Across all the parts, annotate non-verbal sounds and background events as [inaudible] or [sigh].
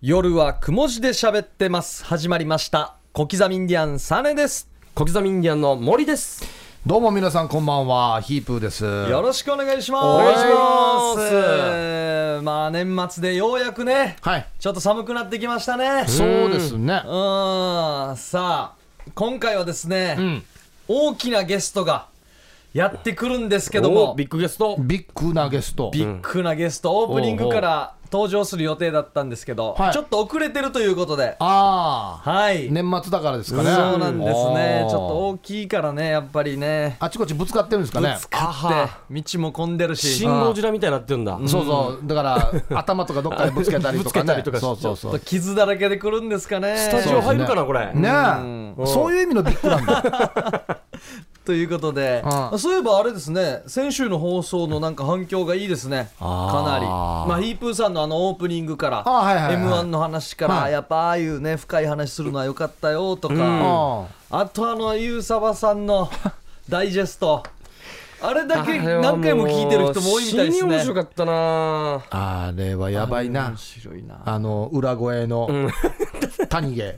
夜はくも字で喋ってます。始まりました。小刻みインディアンサネです。小刻みインディアンの森です。どうも皆さんこんばんは、ヒープーです。よろしくお願いします。お願いしますます。まあ年末でようやくね、はい、ちょっと寒くなってきましたね。そうですねう。ーん、さあ、今回はですね、うん、大きなゲストがやってくるんですけけどどもも、、ビッグゲスト。ビッグなゲスト。ビッグなゲスト、オープニングから登場する予定だったんですけど、はいちょっと遅れてるということで、ああ、はい。年末だからですかね。そうなんですねあ。ーちょっと大きいからね、やっぱりね。あちこちぶつかってるんですかぶね。つかって、道も混んでるし、信号ジラみたいになってるんだ。そうそう、だから頭とかどっかでぶつけたりぶとかつけたねりと。かそうそちうょそっとう。傷だらけで来るんですかね。スタジオ入るかな、これ。ねうんえ、そういう意味のビッグな [laughs] んだ。ということで、うんそういえばあれですね、先週の放送のなんか反響がいいですね、かなり。まあ、ヒープーさんのあのオープニングから、あはいはいはい M1 の話から、はいやっぱああいうね、深い話するのは良かったよとか、んあとあの、ゆうさばさんの [laughs] ダイジェスト、あれだけ何回も聞いてる人も多いみたいです死に面ね。白かったなあれはやばいな面。白いな。あの裏声の谷毛。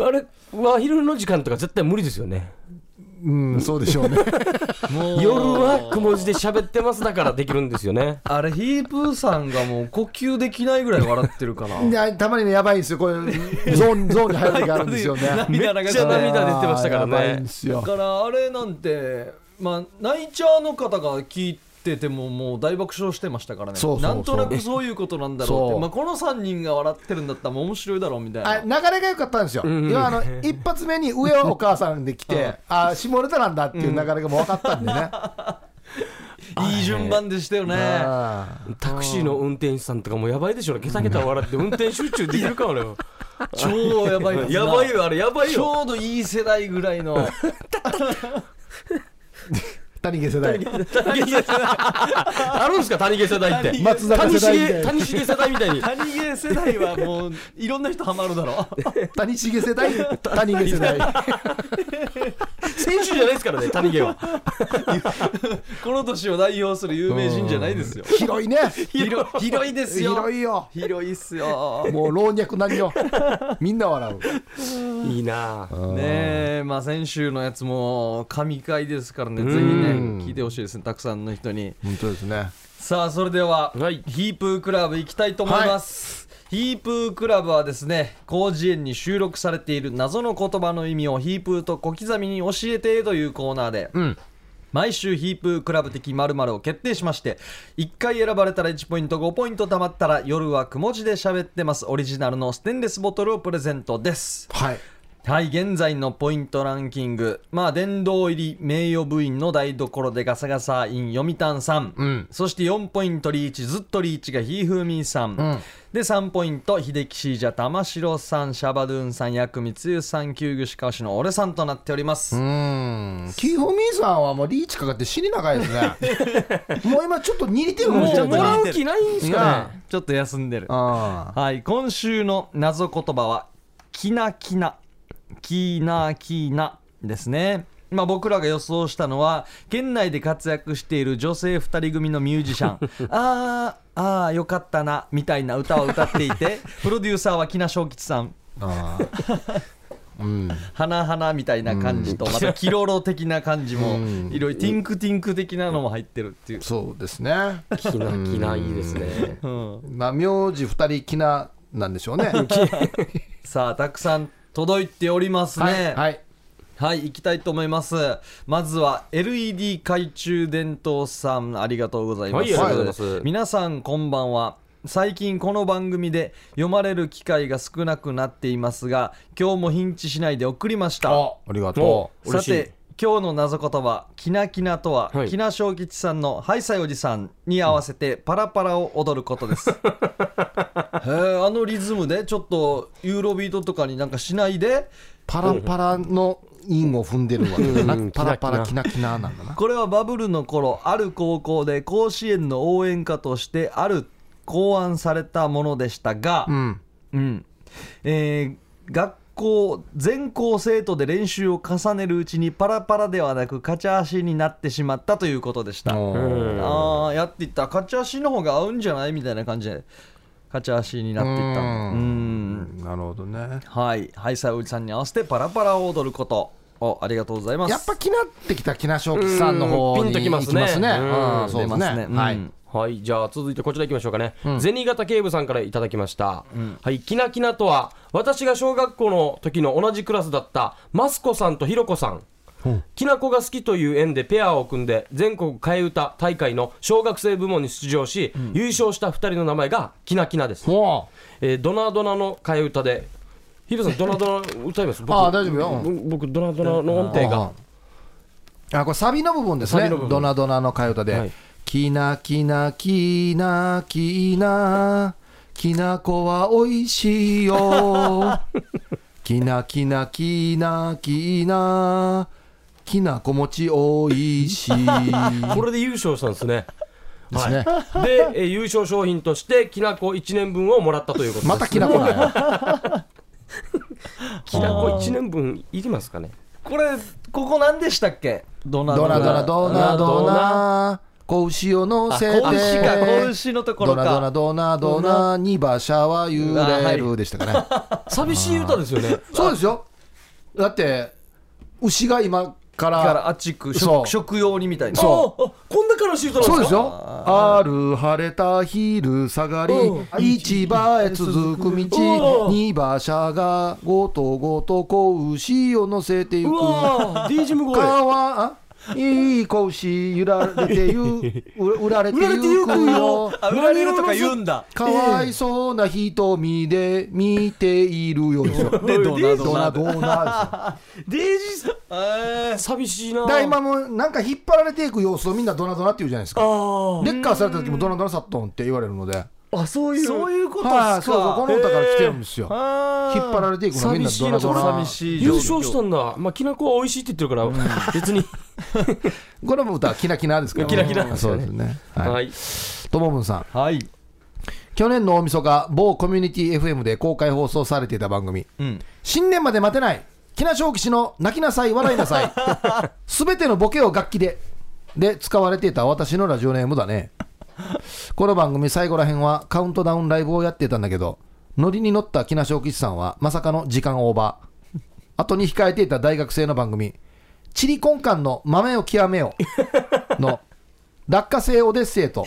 あれ、は昼の時間とか絶対無理ですよね。うん、そうでしょ [laughs] うね。もう。夜はくも字で喋ってますだからできるんですよねあれ、ヒープーさんがもう呼吸できないぐらい笑ってるから。[laughs] いやたまにねやばいんですよ。こういうゾーンゾーンに入る時があるんですよ [laughs] ね。めっち涙ゃ流涙し出ててねましたからあーやばいんねで。すよだ。からあれなんて、まあ、ナイチャーの方が聞いててももう大爆笑してましたからねそうそうそうなんとなくそういうことなんだろうっそて、うまあ、この3人が笑ってるんだったらもう面白いだろうみたいあな流れが良かったんですよ、要はあの一発目に上はお母さんで来 [laughs] て、あ下ネタなんだっていう流れがもう分かったんで [laughs] ね。いい順番でしたよねあタクシーの運転手さんとかもやばいでしょうね。ケタケタ笑って運転集中できるかもね。超やばい [laughs] ですなやばいよ、あれやばいちよ。ょうどいい世代ぐらいのー谷毛世代、あるんですか、谷毛世代って。松坂谷世代重、で、谷重世代みたいに。谷芸世代はもういろんな人ハマるだろ谷重世代、谷毛世代、選手じゃないですからね、谷毛は。この年を代表する有名人じゃないですよ広いね、広広いですよ広いよ、広いっすよもう老若男女、みんな笑う。いいなぁ。ねえ、まあ、先週のやつも神回ですからね、ぜひね、聞いてほしいですね、たくさんの人に。本当ですね。さあ、それでは、はいヒープークラブ行きたいと思います。ヒープークラブはですね、広辞苑に収録されている謎の言葉の意味をヒープーと小刻みに教えてというコーナーで、うん、毎週ヒープークラブ的〇〇を決定しまして、1回選ばれたら1ポイント、5ポイント貯まったら夜はくも字で喋ってますオリジナルのステンレスボトルをプレゼントです。はい、はい、現在のポイントランキング。まあ、殿堂入り名誉部員の台所でガサガサイン読谷さん。んそして4ポイントリーチ、ずっとリーチがひーふーみーさん。んで、3ポイント、秀樹シージャ、玉城さん、シャバドゥンさん、薬味つゆさん、旧具しかわしの俺さんとなっております。うん、キーホミーさんはもうリーチかかって死に長いです [laughs] ね。もう今ちょっと似てるかもしもうれなもいなら。う気ないんすかね。ちょっと休んでる。あはい、今週の謎言葉は、きなきな、きなきなですね。まあ、僕らが予想したのは、県内で活躍している女性2人組のミュージシ [laughs] ャン、あー、あー、よかったな、みたいな歌を歌ってい [laughs] て、プロデューサーは木名正吉さん、ーあー、うん。花花みたいな感じと、またキロロ的な感じも、いろいろ、ティンクティンク的なのも入ってるっていう。そうですね。気な気ないいですね。うん、まあ名字二人きななんでしょうね。さあ、たくさん届いておりますね。はい、はい、はい、行きたいと思います。まずは LED 懐中電灯さん、ありがとうございます。はいありがとうございます皆さん、こんばんは。最近この番組で読まれる機会が少なくなっていますが、今日もヒンチしないで送りました。あ、ありがとう。さ嬉しいて今日の謎言葉「きなきな」とは、はいきな正吉さんの「ハイサイおじさん」に合わせてパラパラを踊ることです [laughs] へーあのリズムでちょっとユーロビートとかになんかしないでパラパラの韻を踏んでるわけだな。パラパラきなきななんだな。これはバブルの頃ある高校で甲子園の応援歌としてある考案されたものでしたが、うん。うんえー学校全校生徒で練習を重ねるうちにパラパラではなくカチャーシになってしまったということでしたおーあーやっていったカチャーシの方が合うんじゃないみたいな感じで勝ち足になっていったうんうんなるほどねはいハイサイおじさんに合わせてパラパラを踊ることおありがとうございますやっぱ気になってきた木梨正吉さんの方うんピンにとき行まきすねますねうんうんそう出でますすねねうんはいはいじゃあ続いてこちら行きましょうかね、銭形警部さんからいただきました、はいきなきなとは私が小学校の時の同じクラスだったマスコさんとひろこさんきなこが好きという縁でペアを組んで全国替え歌大会の小学生部門に出場し、優勝した2人の名前がきなきなです、もえードナドナの替え歌でヒルさんドナドナ歌います僕ああ大丈夫よぼ僕ドナドナの音程があこれサビの部分ですサねビの部分ドナドナの替え歌はでい「きなきなきなきなきなこはおいしいよ」「きなきなきなきなきなこ餅おいしい」これで優勝したんですねですねはい、で、えー優勝賞品としてきなこ1年分をもらったということですまたきなこなんやきなこ1年分いりますかねこれここ何でしたっけドナドナドナドナドナ子牛を乗せてあ子牛か子牛のところかドナドナドナドナに馬車は揺れうわはるいでしたかね寂しい歌ですよねそうですよだって牛が今かだかららあっち行くそう食食用にみたいなそうああこんな悲しい歌なんですかそうですよある晴れた昼下がりう市場へ続く道うんに馬車がごとごと子牛を乗せてゆうくわー D ジム声川いい子牛揺られ [laughs] てゆ売られて売られてゆゆくくよよあ売られるとか言うんだかわいそうな瞳で見ているようですよ。でドナドドナナドナですよ。デイジーさんえー寂しいなだから今もなんか引っ張られていく様子をみんなドナドナって言うじゃないですあか。ーレッカーされた時もドナドナサットンって言われるので。あそういうそういうことっすかはい、そうそう、この歌から来てるんですよ。引っ張られていくのみんなドナドナ寂。しい優勝したんだまあきなこは美味しいって言ってるから別にこの歌はキラキラですから。キラキラうんそうですね。は。はいいともぶんさん。はい去年の大晦日、某コミュニティ FM で公開放送されていた番組。うん新年まで待てない木梨正吉の泣きなさい笑いなさいすべてのボケを楽器でで使われていた私のラジオネームだねこの番組最後らへんはカウントダウンライブをやってたんだけどノリに乗った木梨正吉さんはまさかの時間オーバー後に控えていた大学生の番組「チリコンカンの豆を極めよ」の落花生オデッセイと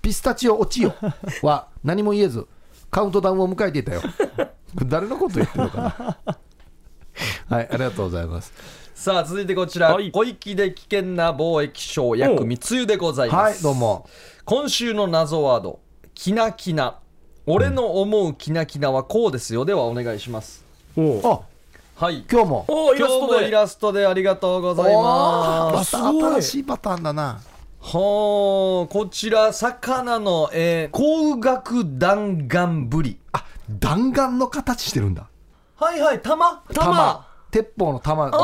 ピスタチオオチよは何も言えずカウントダウンを迎えていたよ誰のこと言ってるのかなはいありがとうございますさあ続いてこちら、はい小域で危険な貿易商約三つ湯でございまはいす、どうも今週の謎ワード「キナキナ」俺の思うキナキナはこうですよではお願いしますおうあはい今日もおうイ今ラ日スもトイでラストでありがとうございますすまたごい新しいパターンだなほーこちら魚の、えー、光学弾丸ぶりあ弾丸の形してるんだはいはい玉弾鉄砲の弾弾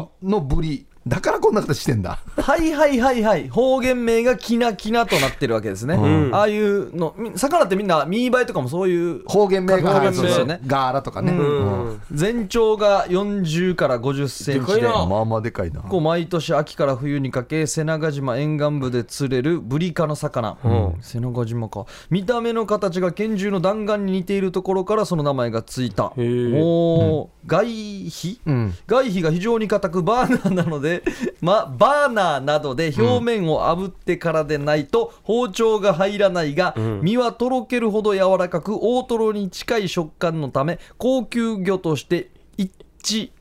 丸のぶりだからこんな形してんだはいはいはいはい方言名がキナキナとなってるわけですね、んああいうのみ魚ってみんなミーバイとかもそういう方言名が方言名はいそうそうねガーラとかね、うんうん全長が40から50センチででかいなまあまあでかいなこう毎年秋から冬にかけ瀬長島沿岸部で釣れるブリ科の魚、うん瀬長島か見た目の形が拳銃の弾丸に似ているところからその名前がついたへーおー外皮、うん外皮が非常に硬くバーナーなので、 [laughs] ま、バーナーなどで表面を炙ってからでないと包丁が入らないが、ん身はとろけるほど柔らかく大トロに近い食感のため高級魚として一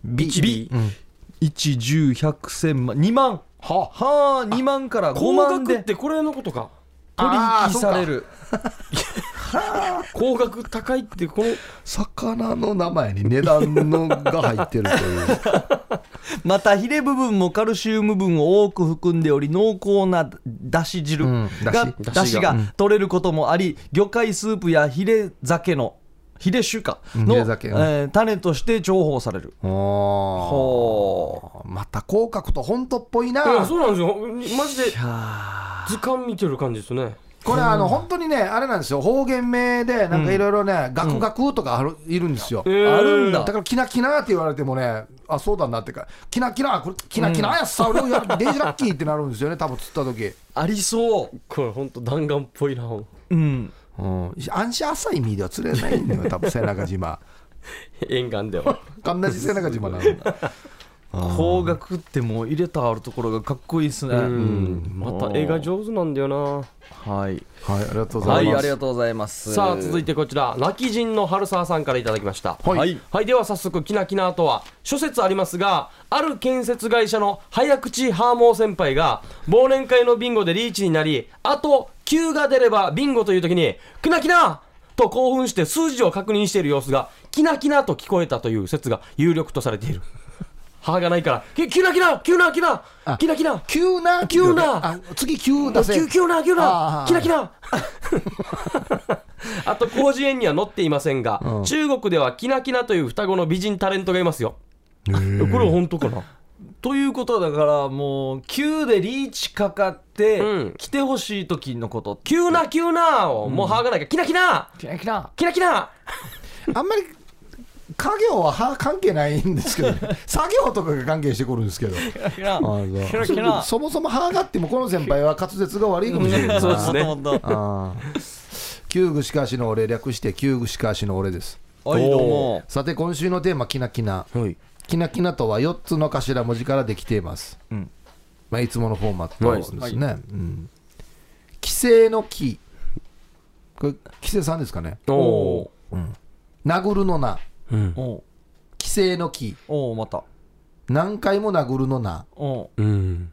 尾一尾うん一十百千万二万ははあ2万から5高万額でってこれのことか取あー引される高額高いってこの魚の名前に値段のが入ってるというまたヒレ部分もカルシウム分を多く含んでおり濃厚なだし汁うんが、だしだしうが取れることもあり魚介スープやヒレ酒のヒレ酒かの、うんえヒレ酒うんー種として重宝されるおーまた口角と本当っぽいないやそうなんですよマジで図鑑見てる感じですねこれあの本当にねあれなんですよ方言名でなんかいろいろねガクガクとかあるいるんですよえーあるんだだからキナキナって言われてもねあそうだなってかキナキナこれキナキナやっさ俺やデイジラッキーってなるんですよね多分釣った時ありそこれほんと弾丸っぽいなううんうん、安心浅い身では釣れないんだよ多分背 [laughs] 中島沿岸では。同じ背中島なの方角ってもう入れたあるところがかっこいいですねうん。また絵が上手なんだよな。はいはいありがとうござはいいます、ありがとうございますさあ続いてこちら泣き人の春沢さんからいただきましたはいはいはいでは早速きなきなとは諸説ありますがある建設会社の早口ハーモー先輩が忘年会のビンゴでリーチになりあと9が出ればビンゴという時に「きなきな!」と興奮して数字を確認している様子が「きなきな」と聞こえたという説が有力とされている歯がないから「ききなきなきなきなあきなきな急な急なあ次急出せキュキュなキュあなーキラキラ [laughs] あと広辞苑には載っていませんが、うん中国ではキナキナという双子の美人タレントがいますよこれは本当かなということはだからもう9でリーチかかって、うん来てほしい時のこと急な急なをもう歯がないから、キナキナキラキラキナキナあんまり家業はは関係ないんですけど、ね、作業とかが関係してくるんですけどキラキラキラそキラ [laughs] そもそも歯があってもこの先輩は滑舌が悪いかもしれない [laughs] なそうですねもともとあー旧具しかしの俺略して旧具しかしの俺ですはいどうもさて今週のテーマ「きなきな」はいきなきなとは4つの頭文字からできています、うんまあ、いつものフォーマはいットですね、うん、規制の木これ規制さんですかねおおお殴るのなー、うんおう規制の木おうまた何回も殴るのなおううん、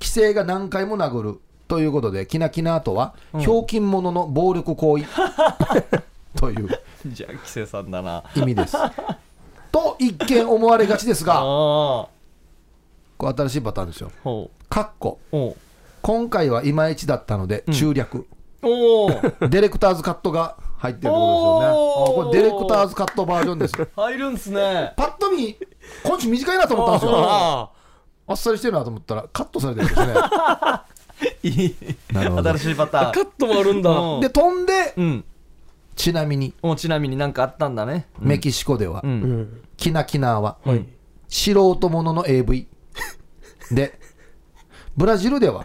規制が何回も殴るということできなきなとはひょうきん者の暴力行為、 [laughs] というじゃあ規制さんだな意味ですと一見思われがちですがああこれ新しいパターンですよおうかっこおう今回はいまいちだったので中略、おうディレクターズカットが入ってるってことですよね。おーあこれディレクターズカットバージョンです。入るんすねパッと見、今週短いなと思ったんですよ。ああっさりしてるなと思ったら、カットされてるんですね。いいなるほど新しいパタあカーットもあるんだ、うんで、飛んで、ンうんちなみに、もうちなみになんかあったんだねメキシコでは、うんうんキナキナーは、素人ものの AV。で、ブラジルでは、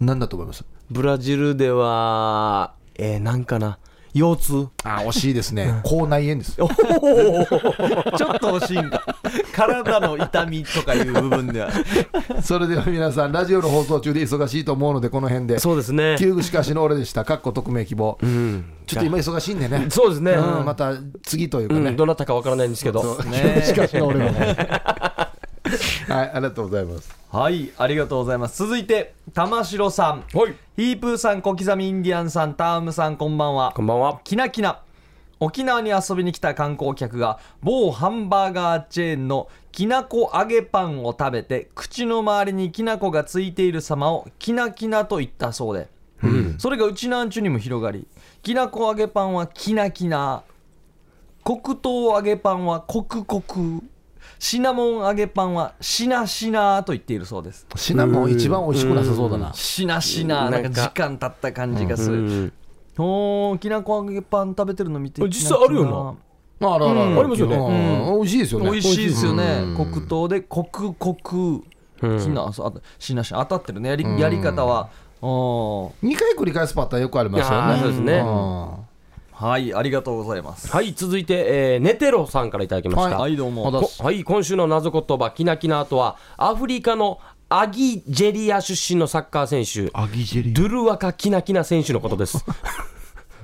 何だと思いますブラジルではえー、なんかな腰痛あ、惜しいですね。口内炎です。ちょっと惜しいんか体の痛みとかいう部分ではそれでは皆さん、ラジオの放送中で忙しいと思うので、この辺で。 [laughs] そうですねキューグしかしの俺でした。かっこ匿名希望。うんちょっと今忙しいんでね。そうですね、うん、また次というかうね。んどなたかわからないんですけどねしかし俺 [laughs] は。はい、ありがとうございます。 [laughs] はいありがとうございます続いて玉城さんはいヒープーさん小刻みインディアンさんタームさんこんばんはこんばんはきなきな沖縄に遊びに来た観光客が某ハンバーガーチェーンのきなこ揚げパンを食べて口の周りにきなこがついている様をきなきなと言ったそうで、それがうちなんちゅにも広がりきなこ揚げパンはきなきな黒糖揚げパンはコクコクシナモン揚げパンはしなしなと言っているそうですシナモン一番美味しくなさそうだな。しなしなななんんかか時間経った感じがする、うんおーきなこ揚げパン食べてるの見て実際あるよあらあらうんありますよねうん美味しいですよね。美味しいですよねうん黒糖でコクコクうんきなそうあとしなしな当たってるねやりやり方はおー二回繰り返すパターンよくありますよあね。ーそうですねんはいありがとうございますはい続いて、えー、ネテロさんからいただきました、はいどうまもだこはい、今週の謎言葉キナキナとはアフリカのアギジェリア出身のサッカー選手アギジェリドゥルワカキナキナ選手のことです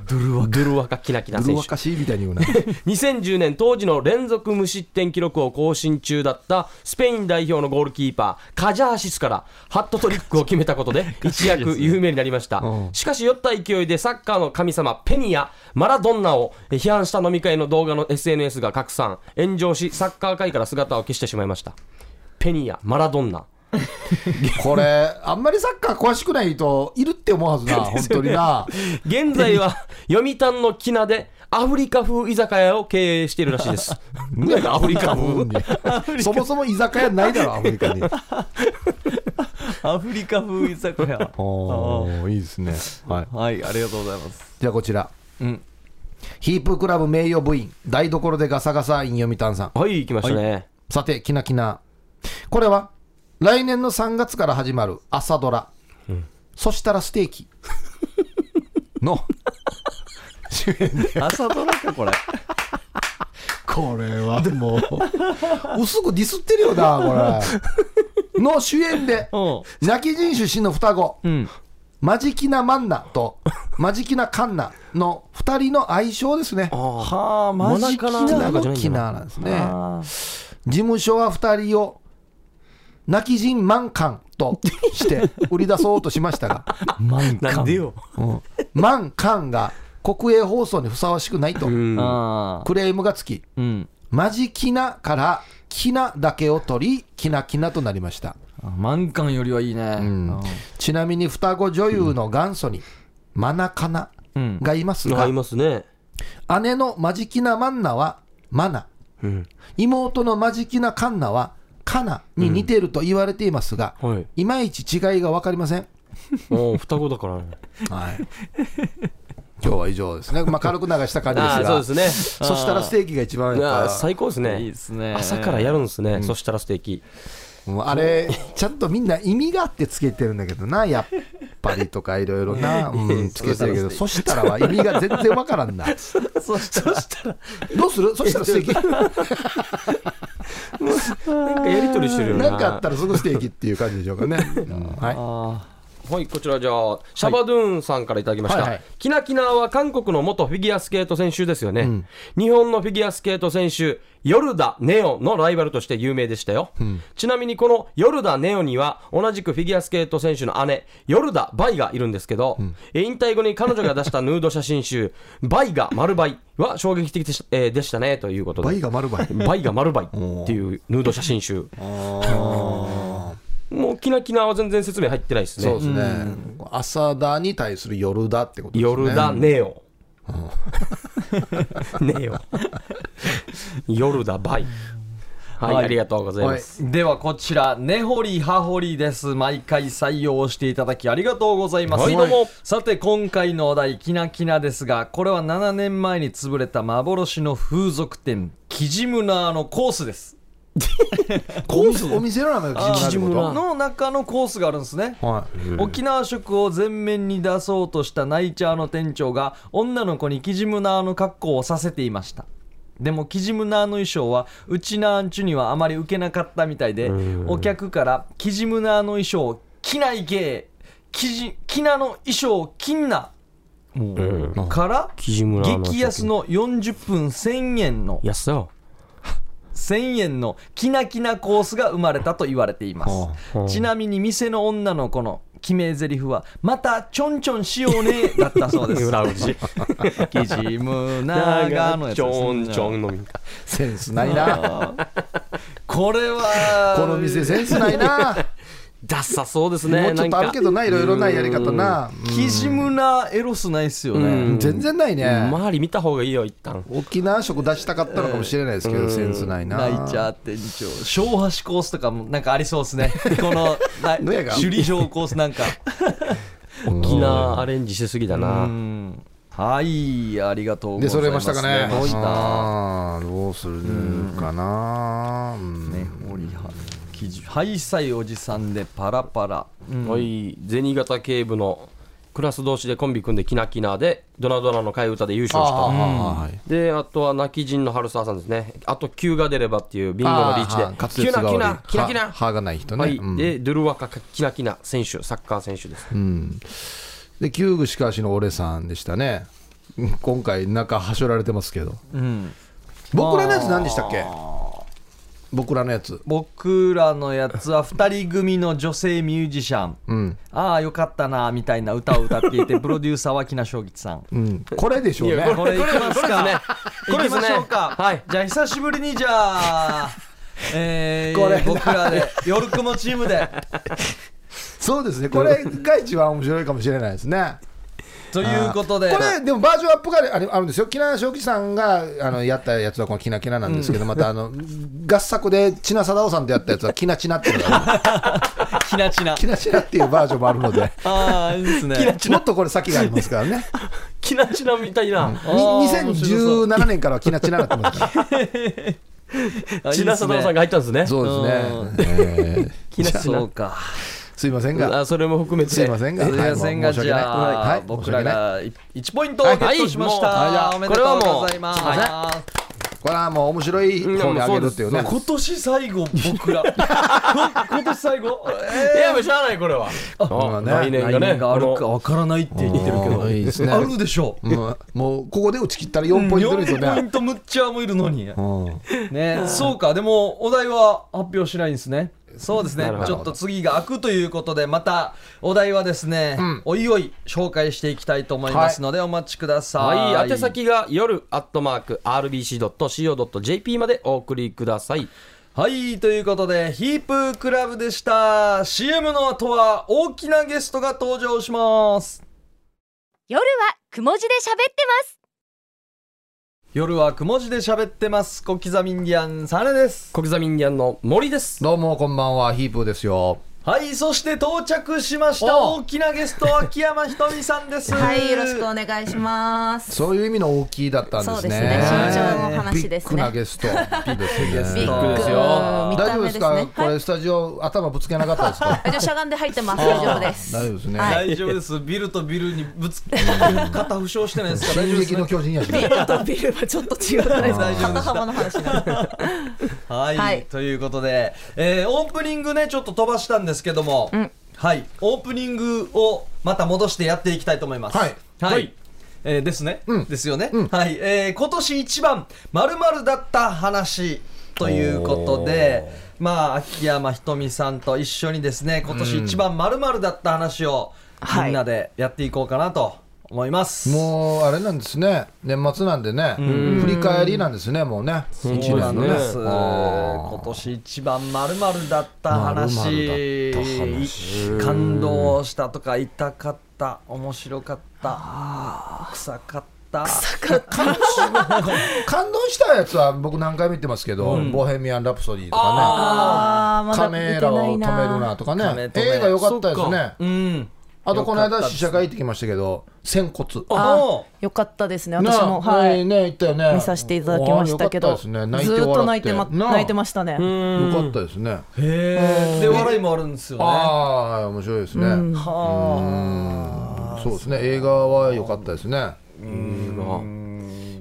ドゥルワカドゥルワカキナキナブル選ワ手カシーみたいに [laughs] 言うな。 2010年当時の連続無失点記録を更新中だったスペイン代表のゴールキーパーカジャーシスからハットトリックを決めた [laughs] ことで一躍有名になりましたうんしかし酔った勢いでサッカーの神様ペニやマラドンナを批判した飲み会の動画の SNS が拡散炎上しサッカー界から姿を消してしまいましたペニやマラドンナこれ、あんまりサッカー詳しくない人いるって思うは [laughs] ずな、本当にな。現在 [laughs] は読谷のキナでアフリカ風居酒屋を経営しているらしいです [laughs] アフリカ風そもそも居酒屋ないだ [laughs] ろ、アフリカに。アフリカ風居酒 [laughs] 屋おーいいですね。はい。はいありがとうございますじゃあこちら。うんヒープクラブ名誉部員、台所でガサガサイン読谷さん。はい行きましたね、さて、きなきな。これは、来年の3月から始まる朝ドラ。そしたらステーキ。 [laughs] の主演で朝ドラかこれこれはもう薄くディスってるよな [laughs] これの主演でう泣き人出身の双子んうんマジキナマンナとマジキナカンナの2人の相性ですねあはあマジかモなナカなキナのキナなんですねあ事務所は2人を泣き人満館として売り出そうとしましたがー満あ館なんでよ満館が国営放送にふさわしくないとうんああクレームがつきうんマジキナからキナだけを取りキナキナとなりましたあ満館よりはいいねんちなみに双子女優の元祖にマナカナうんがいますあがいますね姉のマジキナマンナはマナうん妹のマジキナカンナはカナに似ていると言われていますが、はいいまいち違いが分かりません、おー双子だからねはい、今日は以上ですね、まあ、軽く流した感じですあがーそうですそしたらステーキが一番ねいややっぱ最高ですいいねですね朝からやるんですねそしたらステーキうんあれちゃんとみんな意味があってつけてるんだけどなやっぱりとかい [laughs] ろいろな、うん、つけてるけどそしたらは意味が全然分からんな [laughs] そしたらどうするそしたらステーキなんかやり取りしてるよな何かあったらすぐステーキっていう感じでしょうかね、うんはいあはい、こちらじゃあ、シャバドゥーンさんからいただきました。はいはいキナキナは韓国の元フィギュアスケート選手ですよね。日本のフィギュアスケート選手、ヨルダ・ネオのライバルとして有名でしたよ。ちなみにこのヨルダ・ネオには、同じくフィギュアスケート選手の姉、ヨルダ・バイがいるんですけど、え引退後に彼女が出したヌード写真集、バイが丸バイは衝撃的でし,、えーでしたね、ということで。倍が丸倍バイが丸バイっていうヌード写真集。 [laughs] もうキナキナは全然説明入ってないですね。そうですね、朝だに対する夜だってことですねヨルダネオ。ネオ。ヨルダバイ。はい、はいありがとうございます。ーではこちら根掘り葉掘りです毎回採用していただきありがとうございます、はいどうもさて今回のお題「キナキナ」ですがこれは7年前に潰れた幻の風俗店キジムナーのコースですお店お店の名前がキジムナってこの中のコースがあるんですねとはい沖縄食を前面に出そうとしたナイチャーの店長が女の子にキジムナーの格好をさせていましたでもキジムナーの衣装はうちなーんちゅにはあまり受けなかったみたいでお客から「キジムナーの衣装着ないけキジキナの衣装着んな」からキジムラの激安の40分1000円の安よ。 1000円のキナキナコースが生まれたと言われていますちなみに店の女の子の決め台詞は「またちょんちょんしようね」だったそう [laughs] です裏打ち。キジムナガ長のやつちょんちょんんのみ。センスないなこれはこの店センスないなダッサそうですね。もうちょっとあるけどななんいかろいろなやり方。なキジムナエロスないっすようねうんん全然ないうんね周り見た方がいいよ、一旦。沖縄食出したかったのかもしれないですけどセンスないな泣いちゃって店長小橋コースとかもなんかありそうです [laughs] ねこのなどやが首里城コースなんか沖縄アレンジしすぎだうな。んはいありがとうござでいますそれましたかねどういたあーどうするかなうんね、オリハ記事ハイサイおじさんでパラパラ、うんはい、銭形警部のクラス同士でコンビ組んでキナキナで、ドナドナの替え歌で優勝した。あーであとは泣き人の春沢さんですねあと「Q が出れば」っていうビンゴのリーチであー滑「キュ舌がナ悪いキュナキナキはナ」歯がない人はねいうんでドゥルワカキナキナ選手サッカー選手ですうん、でキューグしかしの俺さんでしたねうん今回中はしょられてますけどうん僕らのやつ何でしたっけ僕らのやつ僕らのやつは2人組の女性ミュージシャン、うん、ああよかったなみたいな歌を歌って [laughs] いてプロデューサーは木名正吉さんうん、これでしょうねいやこれいきますこれですかね行これきですまねしょうか、はいじゃあ久しぶりにじゃ [laughs] あえー、これ僕らで夜雲チームでそうですねこれが一番面白いかもしれないですねということでこれでもバージョンアップがあるあるんですよ、木南正吉さんがあのやったやつはこのきなきななんですけど、またあの合作で千奈貞夫さんとやったやつはきなちなっていうのがあるひなちなきなちなっていうバージョンもあるので、ああいいですねもっとこれ、先がありますからね、 [laughs] キナキナみたいなあー面白そう2017年からはきなちなになってますから。あいいですね千奈貞夫さんが入ったんですねそうですね。えーキナキそナうかすいませんが、あそれも含めてすいませんが、すいませんが、はいもうじゃあ、はい申し僕訳らない。が1ポイントをゲットしました。はいはいもうおめでとうございます。これはこれはもう面白いうん方にあげるっていうね。今年最 [laughs] 後、僕ら。今年最後。いやもうしゃあないこれはまああね来年がねがあるこかのわからないって言ってるけうど。んいいですねあるでしょう。もうもうここで打ち切ったら4ポイントですよ4ポイねン。トむっちゃもいるのに。うんね、そうか、でもお題は発表しないんですね。そうですねなる、ほちどょっと次が開くということで、またお題はですね、おいおい紹介していきたいと思いますので、お待ちください。はい宛。先が夜アットマーク RBC.CO.JP までお送りくださいはい、ということで、ヒープークラブでした。CM の後は大きなゲストが登場します。夜はくも字で喋ってます夜はくも字で喋ってます。小刻みインディアン、サネです。小刻みインディアンの森ですどうもこんばんは、ヒープーですよ。はい、そして到着しました。お大きなゲスト、秋山ひとみさんです。はい、よろしくお願いします。そういう意味の大きいだったんですね。そうですね身長の話ですビねッグなゲ [laughs] スト。でビすねッグですよ大見た丈夫目でですすか、ね。これスタジオ頭ぶつけなかったですかあじゃあしゃがんで入ってます。大丈夫です。大丈夫ですね、はい大丈夫です。ビルとビルにぶつ [laughs] 肩負傷してないですか。大丈進夫です撃ね、の巨人やし、ね、とビルはちょっと違うね。大丈夫で [laughs] し肩た幅の話が。はい、はいということで、えーオープニングねちょっと飛ばしたんですけども、はいオープニングをまた戻してやっていきたいと思います。はいはい。はいえーですね、うんですよね、はい、えー今年一番まるまるだった話ということで、まあ秋山ひとみさんと一緒にですね今年一番まるまるだった話をみんなでやっていこうかなと思います。もうあれなんですね年末なんでね振り返りなんですねもうねうそうなんでですす。今年一番まるまるだった話〇〇だった話い感動したとか痛かった面白かった臭かった感動したやつは僕何回も言ってますけど「ボヘミアン・ラプソディ」とかああ、ね「まだカ見てメラをない止めるな。な」とかカメね止め映画良かったですそっねうんあとこの良か間ったです試写会行ってきましたけど「仙骨」あよかったですね。な私もあはい。ね行ったよね見させていただきましたけあど、れず良かったですねーっと泣いてまなあ泣いてましたね。良かったですねへえで笑いもあるんですよねああ面白いですねうんそうですね映画は良かったですね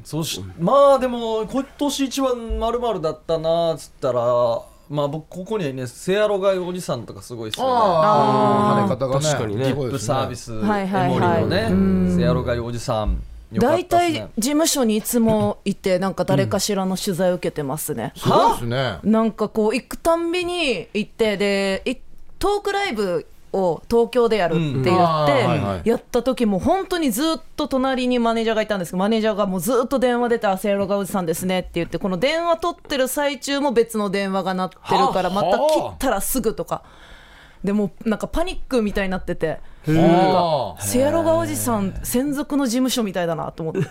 そしまあでも今年一番まるまるだったなっつったらまあ僕ここにはねせやろがいおじさんとかすごいですよねああ跳ね方がね確かにねすリごいッでプすサねービス、はいはエいはいモリのね、せやろがいおじさん、よかっ大たです体ね事務所にいつもいて、なんか誰かしらの取材を受けてますね。すごいですねなんかこう行くたんびに行ってでいトークライブを東京でやるって言って、うんあーはいはいやった時も本当にずっと隣にマネージャーがいたんですけどマネージャーがもうずっと電話出て「あせいろがおじさんですね」って言ってこの電話取ってる最中も別の電話が鳴ってるからまた切ったらすぐとかでもうなんかパニックみたいになってて。あせやろがおじさん専属の事務所みたいだなと思って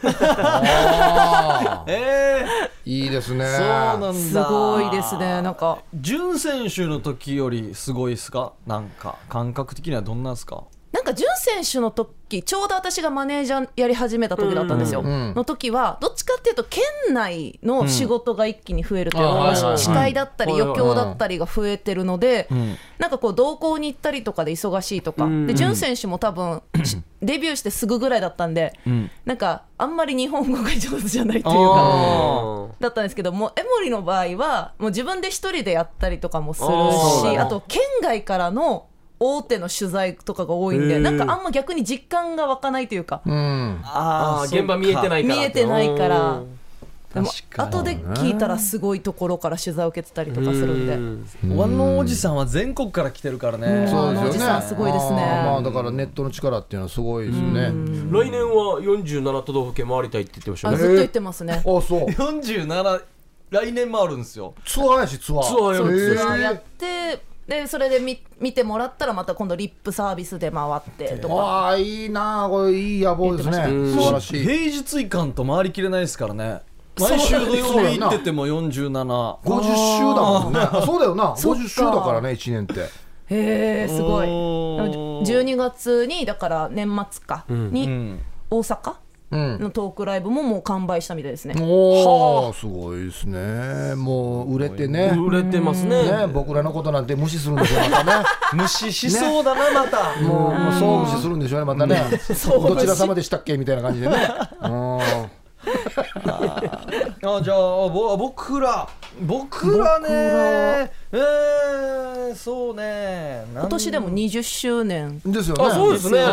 あえいいですねー、そうなんだすごいですねなんか準選手の時よりすごいですかなんか感覚的にはどんなんですかなんか潤選手の時ちょうど私がマネージャーやり始めた時だったんですよ、の時はどっちかっていうと県内の仕事が一気に増えるといううんあか、はいはいはい司会だったりはい余興だったりが増えてるので、んなんかこう同行に行ったりとかで忙しいとか、で潤選手も多分デビューしてすぐぐらいだったんで、なんかあんまり日本語が上手じゃないというか。あだったんですけどもエモリの場合はもう自分で一人でやったりとかもするあしーあと県外からの大手の取材とかが多いんへでーなんかあんま逆に実感が湧かないというかうんああー現場見えてないいから見えてないからでも確かに後で聞いたらすごいところから取材を受けてたりとかするんでワンのおじさんは全国から来てるからねそうそうあのおですじよねさんすごいですねあーまあだからネットの力っていうのはすごいですね来年は47都道府県回りたいって言ってましたあよずねっと言ってますねあそう47来年もあるんですよツアーやしツアーツアーやるツアーやへっーてでそれで見見てもらったらまた今度リップサービスで回ってとかああいいなあこれいい野望ですね素晴らしい平日いかんと回りきれないですからねそう毎週土そ曜うや日行んなってても47 50週だもんねそうだよなそっか50週だからね1年ってへえすごいおー12月にだから年末かにん大阪のトークライブももう完売したみたいですね。おお、すごいですね。もう売れてね。売れてますねね、僕らのことなんて無視するんでしょうね、またね。無視しそうだな、また。もう、もうそう無視するんでしょうね、またね。どちら様でしたっけみたいな感じでね。うんあじゃあぼ僕ら僕らねえー、そうね今今年でも20周年。ですよね。あそうですねん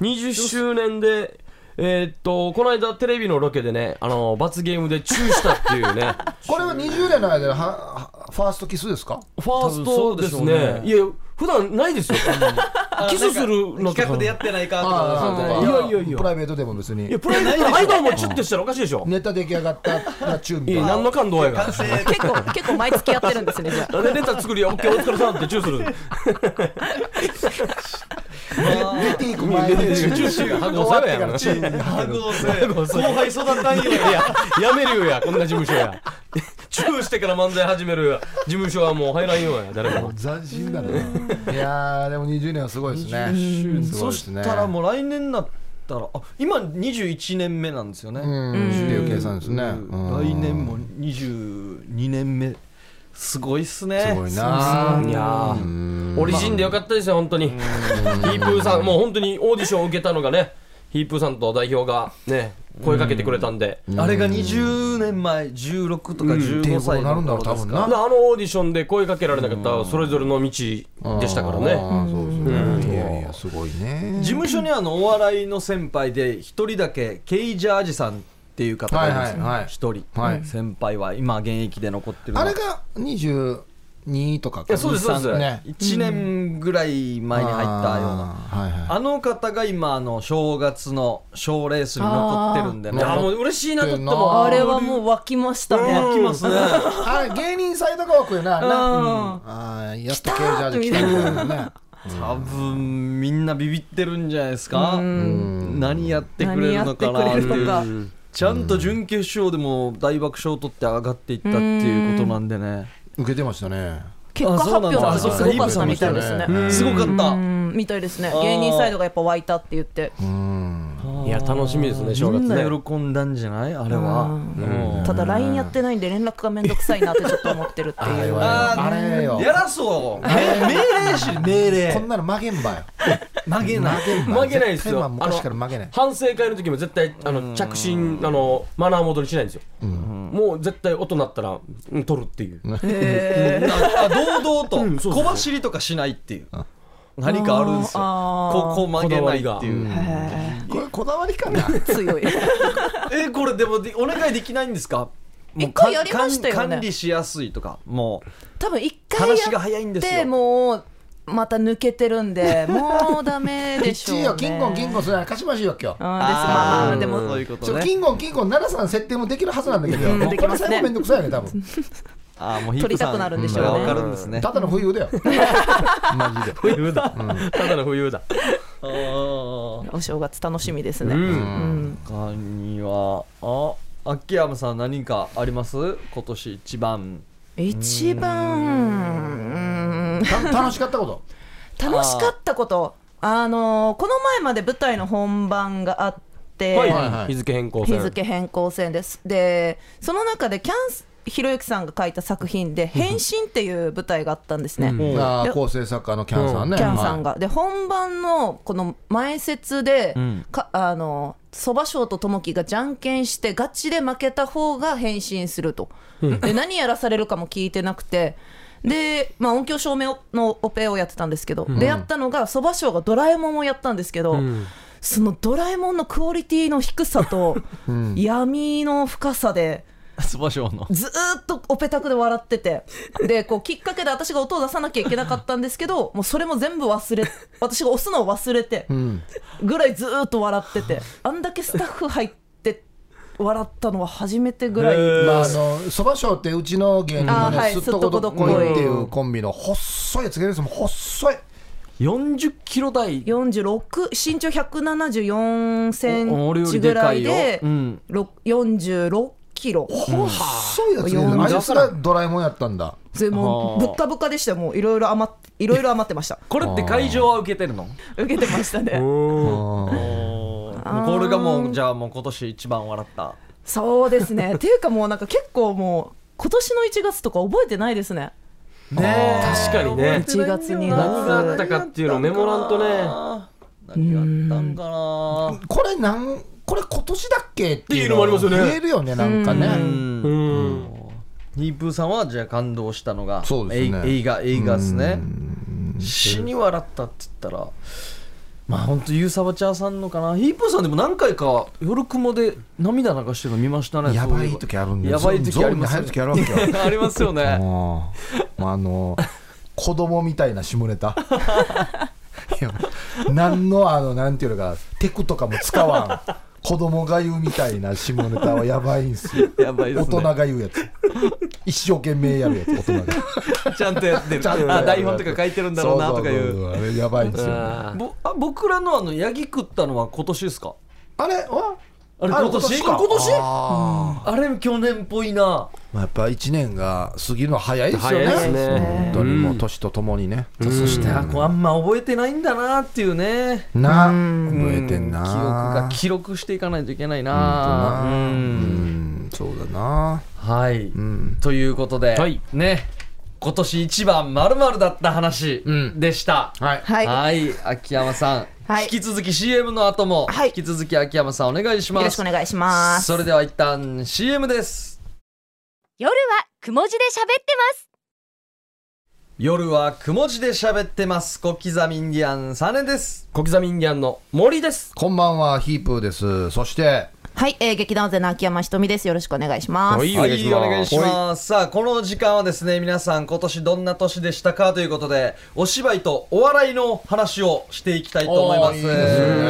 20周年でえーっとこの間テレビのロケでねあの罰ゲームでチューしたってい [laughs] うねこれは20年の間でははファーストキスですかファーストですね多分そうでしょうねいや普段ないですよキスするのと企か画でやってないかとかあそうーいねやいやいやプライベートでも別いやにプライベートの間もチュッてしたらおかしいでしょネタ出来上がったらチューみいたやいな何の感動やが完成結構結構毎月やってるんですねじゃなんでネタ作りやオッケーお疲れさんってチューする出ていく前でチューして反応されやんチュー白道せ後輩育たんよいや、やめるよや、こんな事務所や。チューしてから漫才始める事務所はもう入らんよや、誰も。斬新だねいやーでも20年はすごいですねすごそいですしねたらもう来年になったらあ今21年目なんですよね、うんっていう計算ですねうん来年も22年目すごいっすねすごいないやー、オリジンでよかったですよ、本当に。ヒープーさん、もう本当にオーディションを受けたのがね、ヒープーさんと代表がね、声かけてくれたんで。あれが20年前16とかってい15うこと歳になるんだのろう頃多です分かあなのあのオーディションで声かけられなかったそれぞれの道でしたからあね。ーそうですねいやいやすごいね事務所にはあのお笑いの先輩で一人だけケイジャージさんっていう方がいるんですよはいはいはい一人、はい先輩は今現役で残ってるのあはれが22とかいや、そうです、そうです。ね1年ぐらい前に入ったようなあーはいはいあの方が今あの正月の賞レースに残ってるんでいねや、もう嬉しいな、とってあ。も。あれはもう沸きましたね。来ますねあれ芸人サイド枠やな。なうんあーやっとケージャージ来たみたいなね。多分みんなビビってるんじゃないですかん何やってくれるのかなって何やってくれいるうのかうんちゃんと準決勝でも大爆笑を取って上がっていったっていうことなんでね受けてましたね。結果発表の時すごかったみたいですうね。すごかったうんみたいですねあー芸人サイドがやっぱ湧いたって言ってうん。いや、楽しみですね、正み月んね。な喜んだんじゃないあれうはんうんただ LINE やってないんで連絡がめんどくさいなってちょっと思ってるってあいれうはああれよ。やらそうめ命令し命こん令なの曲げんばよ。曲げない曲げんば。曲げないですよ絶対まあ昔から曲げない。反省会の時も絶対あの着信あのマナー戻りしないんですよ、もう絶対音鳴ったらうん取るっていうあ堂々うんとそうそう小走りとかしないっていう何かあるんですよあーここ曲げないっていう [laughs] これこだわりかな。強いえこれでもでお願いできないんですかもう一回やりましたよね管管理しやすいとかも多分一う回話がや早いんっですてよもうまた抜けてるん [laughs] でもうダメでしょう1ね位よ金婚金婚するなら勝ちましよ今日。あーですまあまーあでもそういうこちとょね金婚金婚奈良さん設定もできるはずなんだけど、うんもうでこきれますね最後めんどくさいよね多分。あーもう取りたくなるんでしょうねわかるんですねただの冬だよ。マジで。 [laughs] 冬だ、ただの冬だあーお正月楽しみですうね、んうん他にはあ秋山さん何かあります今年一番一番うんた [laughs] 楽しかったこと。楽しかったことあのーこの前まで舞台の本番があって、はい、はいはい日付変更日戦付変更戦ですでその中でキャンスひろゆきさんが書いた作品で「変身」っていう舞台があったんですね、うんあー構成作家のキャンさんね。キャンさんが、で本番のこの前説で、んかあのそば賞とともきがじゃんけんしてガチで負けた方が返信すると、で何やらされるかも聞いてなくてで、まあ、音響照明のオペをやってたんですけど、でやったのがそば賞が「ドラえもん」をやったんですけど、その「ドラえもん」のクオリティの低さと、闇の深さで。スパショーのずーっとオペタクで笑っててでこうきっかけで私が音を出さなきゃいけなかったんですけどもうそれも全部忘れ私が押すのを忘れてぐらいずーっと笑っててあんだけスタッフ入って笑ったのは初めてぐらい、まあ、あのそば賞ってうちの芸人のあーはねいすっとこどっこすっとこどっこいいっていうコンビの細いやつがいるんですもん細い40キロ台46身長174セお俺ンよチりぐでらかいいよでうんろ46キロ細いやつがいるうんあいつがドラえもんやったんだでもうぶっかぶかでしたよもういろいろ余って [laughs] いろいろ余ってましたこれって会場は受けてるの受けてましたねうんもうこれがもうじゃあもう今年一番笑ったそうですね [laughs] っていうかもうなんか結構もう今年の1月とか覚えてないですねね確かにね1月2何があっ月たかっていうのをメモらんとね何やったんかなこれなんこれ今年だっけってっていうのいうのもありますよね言えるよねなんかね、うんうんニープーさんはじゃあ感動したのがそうですねえい映画映画ですね死に笑ったって言ったらまあ本当ユーサバチャーさんのかなヒープーさんでも何回か夜雲で涙流してるの見ましたねやばいそうえ時あるんだよやばい時ありますゾーンに入る時あるわけよばありますよねもうまああの子供みたいな下ネタいや何のあのなんていうのかテクとかも使わん子供が言うみたいな下ネタはやばいんすよやばいで大すね人が言うやつ一生懸命やるやつ大人がちゃんとやってるちゃんとやるやあつ台本とか書いてるんだろう [laughs] なとかいそうそそそあれやばいんですよあーぼあ僕らのあのヤギ食ったのは今年ですかあれはあれ今年かあれ今年あーあれ去年っぽいなまあ、やっぱ1年が過ぎるのは早いですよね早いですね本当にもう年とともにね、そしてあこうあんま覚えてないんだなっていうねな覚えてん記な録が記録していかないといけないなほんとなうんうんそうだなはい、んということで、はいね今年一番まるだった話うんでした、はいはい秋山さん、はい引き続き CM の後も、はい引き続き秋山さんお願いしよまろしすくお願いしますそれでは一旦 CM です夜はくも字で喋ってます夜はくも字で喋ってます小刻みインディアンサネです小刻みインディアンの森ですこんばんはヒープーですそしてはい、えー、劇団勢の秋山ひとみですよろしくお願いしますはいお願いしますお願いしますさあこの時間はですね皆さん今年どんな年でしたかということでお芝居とお笑いの話をしていきたいと思いますおーいいですね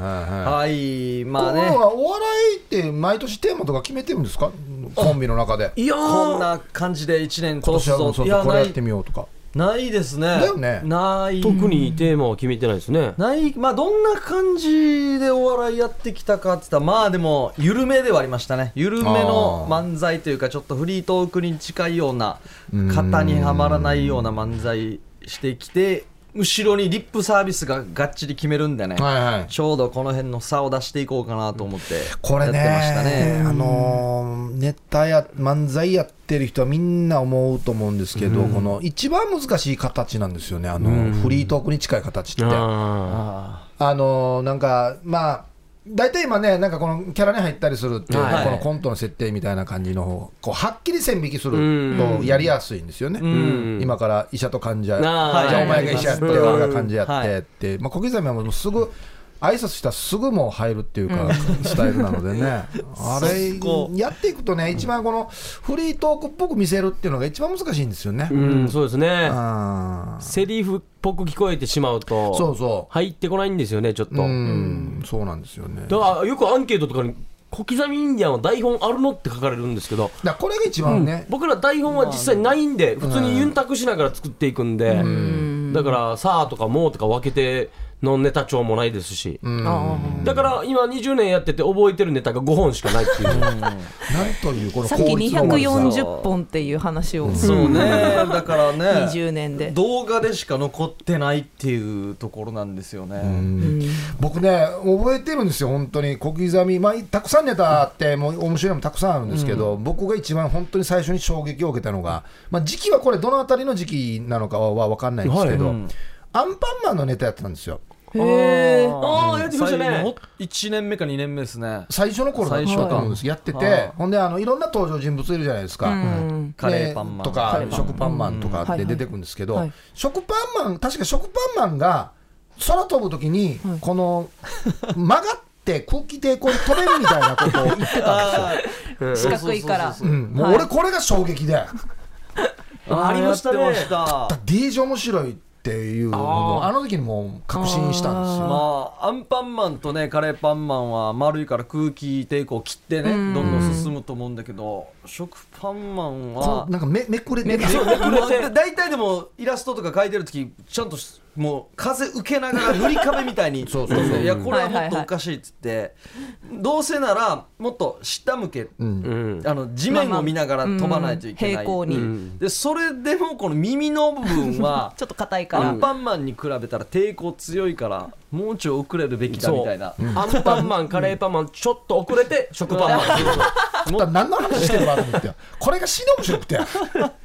ははいまあとこねろはお笑いって毎年テーマとか決めてるんですかコンビの中でいやこんな感じで一年今通年すはもうぞそういそうやこれなやっていみようとかないですねだよねない特にテーマを決めてないですねないまあどんな感じでお笑いやってきたかって言ったらまあでも緩めではありましたね緩めのあー漫才というかちょっとフリートークに近いような型にはまらないような漫才してきて後ろにリップサービスががっちり決めるんでね、はいはいちょうどこの辺の差を出していこうかなと思ってこれねやってましたねあのーネタや漫才やってる人はみんな思うと思うんですけど、この一番難しい形なんですよねあの、フリートークに近い形って、あああのーなんかまあ大体今ね、なんかこのキャラに入ったりするっていう、はいこのコントの設定みたいな感じの方こうはっきり線引きするうとやりやすいんですよね、ん今から医者と患者、ーはいじゃあお前が医者やって、うん俺が患者やっはいてって、まあ、小刻みはもうすぐ挨拶したらすぐもう入るっていうか、スタイルなのでねあれそこやっていくとね一番このフリートークっぽく見せるっていうのが一番難しいんですよね、うんそうですねあーセリフっぽく聞こえてしまうとそうそ入ってこないんですよねちょっううと、ん、そうなんですよねだだかからよくアンケートとかに「小刻みインディアンは台本あるの?」って書かれるんですけどらこれが一番ね、僕ら台本は実際ないんで普通にユンタクしながら作っていくんでだから「さあ」とか「もう」とか分けてのネタ帳もないですしあだから今20年やってて覚えてるネタが5本しかないっていうなんというこーのさっき効率の悪さ240本っていう話をーそうねだからね [laughs] 20年で動画でしか残ってないっていうところなんですよね、僕ね覚えてるんですよ本当に小刻み、まあ、たくさんネタあってもう面白いのもたくさんあるんですけど、僕が一番本当に最初に衝撃を受けたのが、まあ、時期はこれどのあたりの時期なのかはは分かんないんですけど、はいうんアンパンマンのネタやってたんですよへーああやってましたね1年目か2年目ですね最初の頃だったと思うんですやってて、はいほんであのいろんな登場人物いるじゃないですか、んカレーパンマンとカかレーパンマン食パンマンとかはっいはてい出てくるんですけど、はい食パンマン確か食パンマンが空飛ぶ時にこの曲がって空気抵抗に飛べるみたいなことを言ってたんですよ四角いからそうそうそうそううん、もう俺これが衝撃で、あありましたねやってましただデージ面白いっていうのをあの時にもう確信したんですよ。まあアンパンマンとねカレーパンマンは丸いから空気抵抗を切ってねどんどん進むと思うんだけど食パンマンそはうなんかめめくれてるもうだ大体でもイラストとか描いてる時ちゃんともう風受けながら塗り壁みたいにそうそうそういやこれはもっとおかしいっつってどうせならもっと下向けうんうんあの地面を見ながら飛ばないといけない、まあまあうん平行にうんでそれでもこの耳の部分は [laughs] ちょっと硬いかアらンパンマンに比べたら抵抗強いからもうちょい遅れるべきだそうみたいなアンパンマン、カレーパンマン、ちょっと遅れて、食パンマン。だから何の話してるのあるのってこれが死の面白くて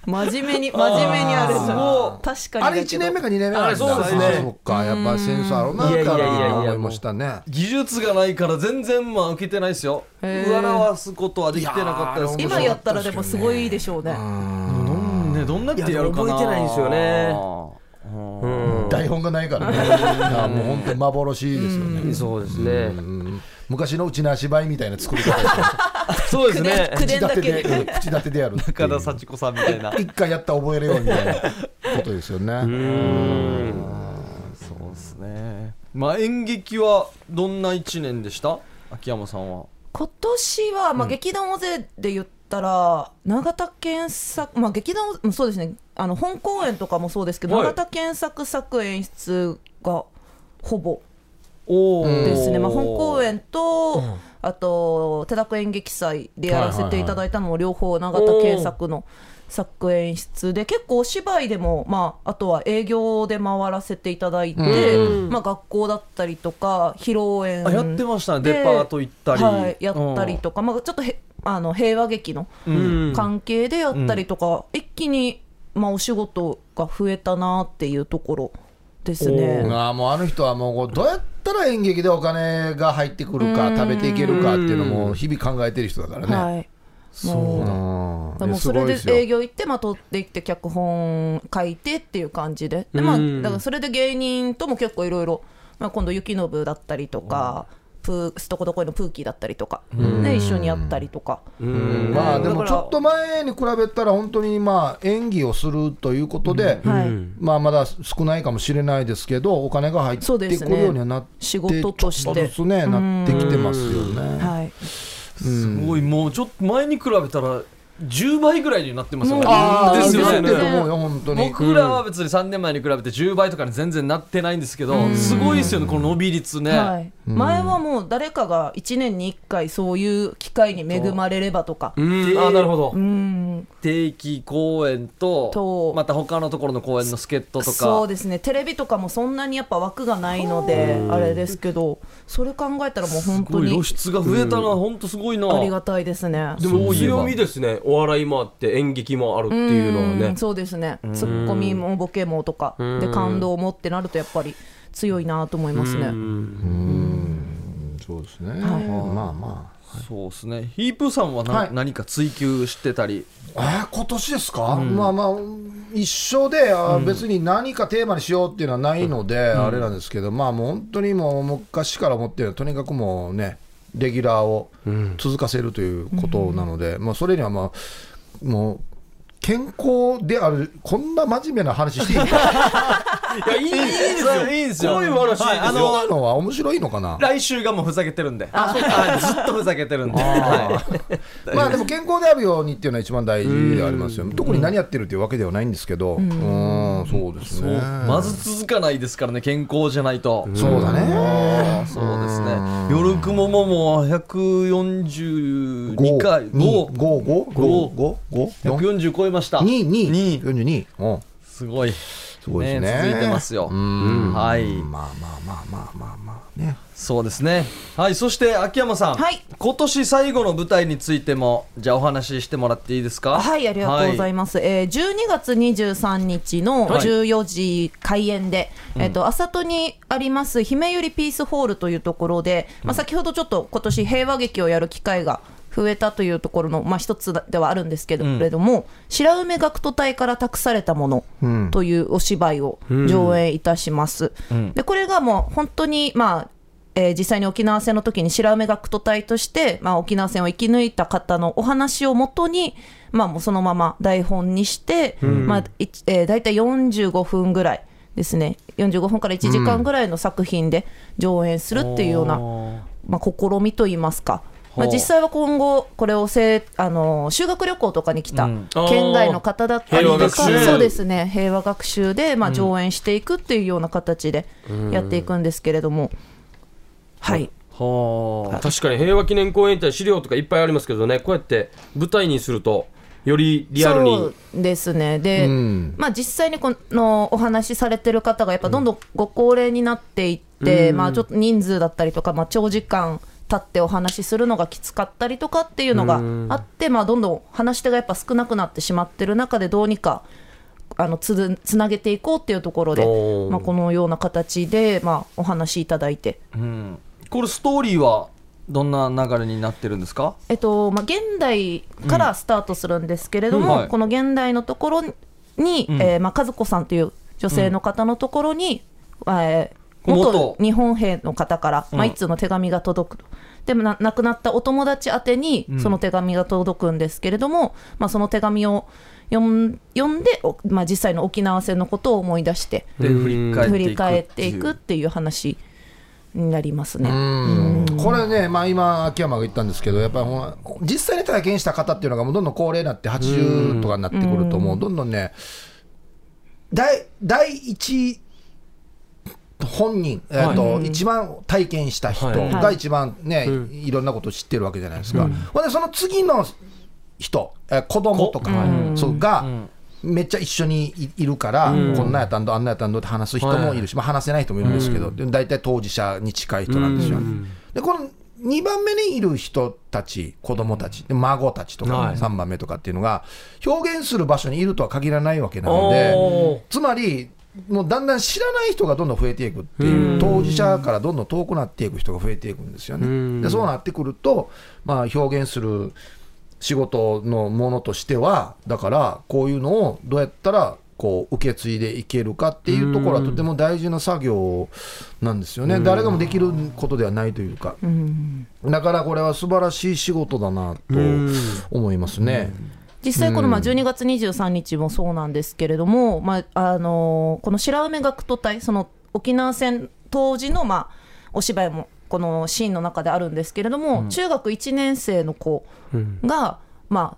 真面目に真面目にあれすご確かにあれ1年目か2年目なんだあれそうですねあそっかやっぱりセンスあるなっいやていやいやいや思いましたね技術がないから全然まあ受けてないですよへ笑ーわすことはできてなかったですけど今やったらでもすごいでしょうねどんねどんなやってやるかないや覚えてないんですよねうん台本がないからねいやもう本当に幻ですよねそうですね。うん昔のうちな芝居みたいな作り方ですよそうですね。口口立伝だてけででうん口立てでやるっていう中田幸子さんみたいな一回やったら覚えれようみたいなことですよねそうですねまあ演劇はどんな一年でした秋山さんは今年は、まあ、劇団大勢で言ったら、永田健作、まあ、劇団うんそうですねあの本公演とかもそうですけど、はい永田健作作演出がほぼおおですね、まあ、本公演と、あと手楽演劇祭でやらせていただいたのも両方永田健作の作演出で結構お芝居でも、まあ、あとは営業で回らせていただいて、まあ、学校だったりとか披露あや宴ってましたねでデパート行ったりはい、やったりとか、まあ、ちょっとへあの平和劇のうん関係でやったりとか、一気に、まあ、お仕事が増えたなっていうところですね。ああもうあの人はもうこうどうやったら演劇でお金が入ってくるか食べていけるかっていうのも日々考えてる人だからね、はいもううんだからもうそれで営業行って、まあ、取ってきて脚本書いてっていう感じでで、まあ、うんだからそれで芸人とも結構いろいろまあ今度雪信だったりとかプーすとこどこいのプーキーだったりとか、ね、一緒にやったりとか、うんまあでだかもらちょっと前に比べたら本当にまあ演技をするということで、はいまあまだ少ないかもしれないですけどお金が入ってそうくですねるようにはなって仕事としてちょっずつねなってきてますよね。はい、すごいもうちょっと前に比べたら10倍ぐらいになってますよねああでですすよねよね。と思うよ本当に。僕らは別に3年前に比べて10倍とかに全然なってないんですけどすごいですよねこの伸び率ね、はい、前はもう誰かが1年に1回そういう機会に恵まれればとかうん。あ、なるほどう。ん定期公演ととまた他のところの公演の助っ人とそかうですねテレビとかもそんなにやっぱ枠がないのであれですけどそれ考えたらもう本す当ごいに露出が増えたのは本当すごいな、ありがたいですね。でも強みですね。お笑いもあって、演劇もあるっていうのはうねん。そうですねツッコミもボケもとかで感動もってなるとやっぱり強いなと思いますね。そうですね。まあまあ。そうですねヒープーさんはな、はい何か追求してたりあー今年ですか、まあまあ一緒であー別に何かテーマにしようっていうのはないので、あれなんですけどまあもう本当にもう昔から思ってるとにかくもうねレギュラーを続かせるということなので、まあそれにはまあもう健康であるこんな真面目な話していいのかいや、いいいいですよ。いいですよこういう話はいあいいですのよ。こういうの [laughs] は面白いのかな来週がもうふざけてるんであずっとふざけてるんで、はいまあでも健康であるようにっていうのは一番大事でありますよ、特に何やってるっていうわけではないんですけど、うーん、そうですそうね。まず続かないですからね健康じゃないと、そうだあーね。そうですね夜雲ももう142回五5五五五五五四140超えました二二二四十二。うんすごいすごいですね。ね続いてますようんはいまあまあまあまあまあまあね。そうですねはいそして秋山さん、はい今年最後の舞台についてもじゃあお話ししてもらっていいですかはい、ありがとうございまます。えー12月23日のはい14時開演で、えっと、あさとにあります、姫ゆりピースホールというところで、まあ、先ほどちょっと今年平和劇をやる機会が増えたというところの、まあ、一つではあるんですけれども、白梅学徒隊から託されたものというお芝居を上演いたします。で、これがもう本当に、まあ、えー実際に沖縄戦の時に白梅学徒隊として、まあ、沖縄戦を生き抜いた方のお話をもとに、まあ、もうそのまま台本にして、まあいちえー、大体45分ぐらいですね45分から1時間ぐらいの作品で上演するっていうような、まあ、試みといいますか。まあ、ほう実際は今後、これをせあの修学旅行とかに来た県外の方だったりと平和か、学習そうですね、平和学習で、まあ、上演していくっていうような形でやっていくんですけれども、はい、はあ確かに平和記念公園って資料とかいっぱいありますけどねこうやって舞台にするとよりリアルそにうですねで、うんまあ、実際にこのお話しされてる方がやっぱどんどんご高齢になっていって、まあ、ちょっと人数だったりとか、まあ、長時間経ってお話しするのがきつかったりとかっていうのがあって、まあ、どんどん話し手がやっぱ少なくなってしまってる中でどうにかあのつづつなげていこうっていうところでおー、まあ、このような形で、まあ、お話しいただいて。うん、これストーリーはどんな流れになってるんですかえっとまあ、現代からスタートするんですけれども、うんはいこの現代のところに、んえーまあ、和子さんという女性の方のところに、えー元元日本兵の方から、うんまあ、一通の手紙が届くと。でもな亡くなったお友達宛てにんその手紙が届くんですけれども、まあ、その手紙を読ん読んで、おまあ、実際の沖縄戦のことを思い出してで振り返って振いくり返っていくっていう話になりますね。うんこれね、まあ、今、秋山が言ったんですけど、やっぱりほんま実際に体験した方っていうのが、もうどんどん高齢になって、80とかになってくると、もうどんどんね、第第一本人、えーと一番体験した人はいが一番ね、い、ろんなことを知ってるわけじゃないですか。ほんでその次の人、えー子供とか、そうが、めっちゃ一緒にいいるから、こんなんやったんだ、あんなんやったんだって話す人もいるし、まあ、話せない人もいるんですけど、でも大体当事者に近い人なんですよ。で、この2番目にいる人たち、子供たち、で孫たちとはか、い3番目とかっていうのが、表現する場所にいるとは限らないわけなのでおー、つまり、もうだんだん知らない人がどんどん増えていくっていう、当事者からどんどん遠くなっていく人が増えていくんですよね。でそうなってくると、まあ、表現する仕事のものとしてはだからこういうのをどうやったらこう受け継いでいけるかっていうところはとても大事な作業なんですよね誰がもできることではないというかだからこれは素晴らしい仕事だなと思いますね。実際このまあ12月23日もそうなんですけれども、まああのーこの白梅学徒隊その沖縄戦当時のまあお芝居もこのシーンの中であるんですけれども、中学1年生の子が、まあ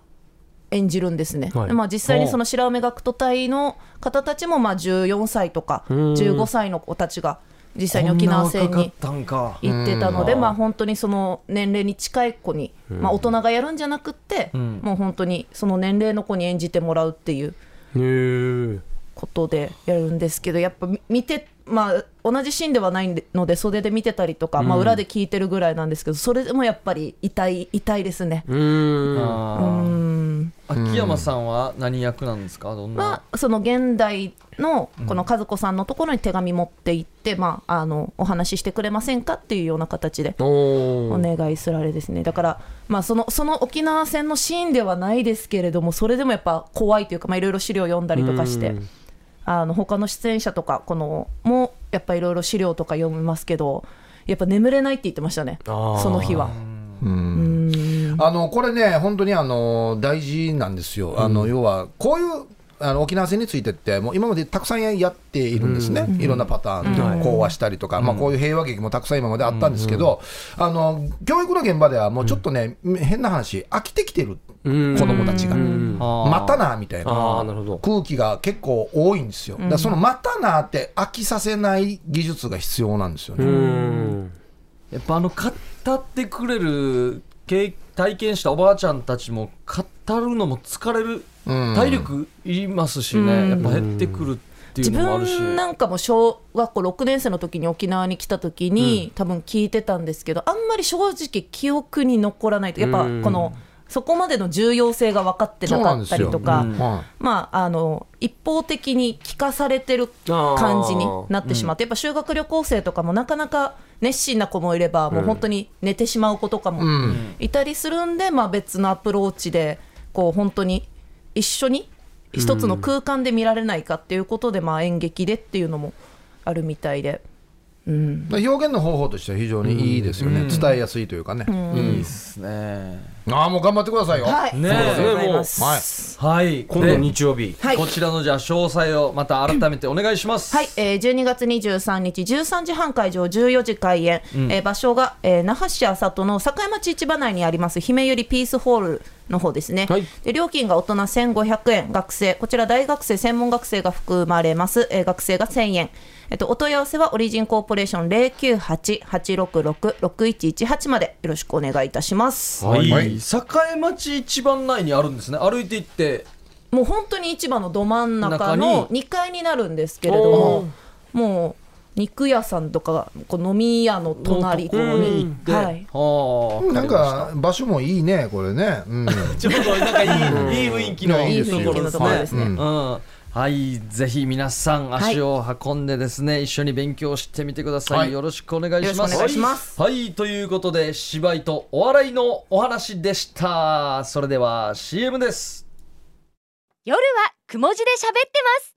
演じるんですね、はいでまあ、実際にその白梅学徒隊の方たちもまあ14歳とか15歳の子たちが実際に沖縄戦こんなに若かったんか行ってたので、まあ、本当にその年齢に近い子に、まあ、大人がやるんじゃなくって、もう本当にその年齢の子に演じてもらうっていうへーことでやるんですけどやっぱみ見て、まあ、同じシーンではないんでので袖で見てたりとか、まあ、裏で聞いてるぐらいなんですけどそれでもやっぱり痛い痛いですね。うーんあー秋山さんは何役なんですかどんなまあ、その現代のこの和子さんのところに手紙持って行って、まあ、あのお話ししてくれませんかっていうような形でおおー願いすられですね、だから、まあ、そのその沖縄戦のシーンではないですけれども、それでもやっぱ怖いというか、まあ、いろいろ資料読んだりとかして、あの他の出演者とかこのもやっぱいろいろ資料とか読みますけど、やっぱ眠れないって言ってましたね、あーその日は。あのこれね、本当にあの大事なんですよ、あの要はこういうあの沖縄戦についてって、もう今までたくさんやっているんですね、いろんなパターンとか、講和したりとか、まあ、こういう平和劇もたくさん今まであったんですけど、あの教育の現場ではもうちょっとね、変な話、飽きてきてる、うん子供たちが、あーまたなみたいな。ああなるほど空気が結構多いんですよ、だからそのまたなって飽きさせない技術が必要なんですよね。うーんやっぱあの語ってくれる経体験したおばあちゃんたちも語るのも疲れる、うん体力いりますしね、やっぱ減ってくるっていう自のもあるし、分なんかも小学校6年生の時に沖縄に来た時に、多分聞いてたんですけどあんまり正直記憶に残らないとやっぱうんこの、そこまでの重要性が分かってなかったりとそか、うなんですよはまあ、あの一方的に聞かされてる感じになってしまって、やっぱ修学旅行生とかもなかなか熱心な子もいれば、もう本当に寝てしまう子とかいもうんいたりするんで、まあ、別のアプローチでこう本当に一緒に一つの空間で見られないかっていうことで、まあ、演劇でっていうのもあるみたいで。まあ表現の方法としては非常にいいですよね、伝えやすいというかね、いいっすねああもう頑張ってくださいよ、はい、ねえありがとうございもまうはいす。はい今度日曜日はいこちらのじゃあ詳細をまた改めてお願いしますはい、えー、12月23日13時半会場14時開演、えー場所が、えー那覇市あさとの境町市場内にあります姫ゆりピースホールの方ですね、はいで料金が大人1500円学生こちら大学生専門学生が含まれます、えー学生が1000円えっと、お問い合わせはオリジンコーポレーション098-866-6118までよろしくお願いいたします。はいはい、栄町一番内にあるんですね歩いて行ってもう本当に市場のど真ん中中のに2階になるんですけれども、もう肉屋さんとかこう飲み屋の隣ここに行って、はい、はあなんか場所もいいねこれね、うん、ちょうどなんかいいいい雰囲気のいいですよいい雰囲気のところですねうんはいぜひ皆さんはい足を運んでですね、一緒に勉強してみてください、はいよろしくお願いしよまろしすくお願いしますはい、はいということで芝居とお笑いのお話でしたそれでは CM です夜はくも字で喋ってます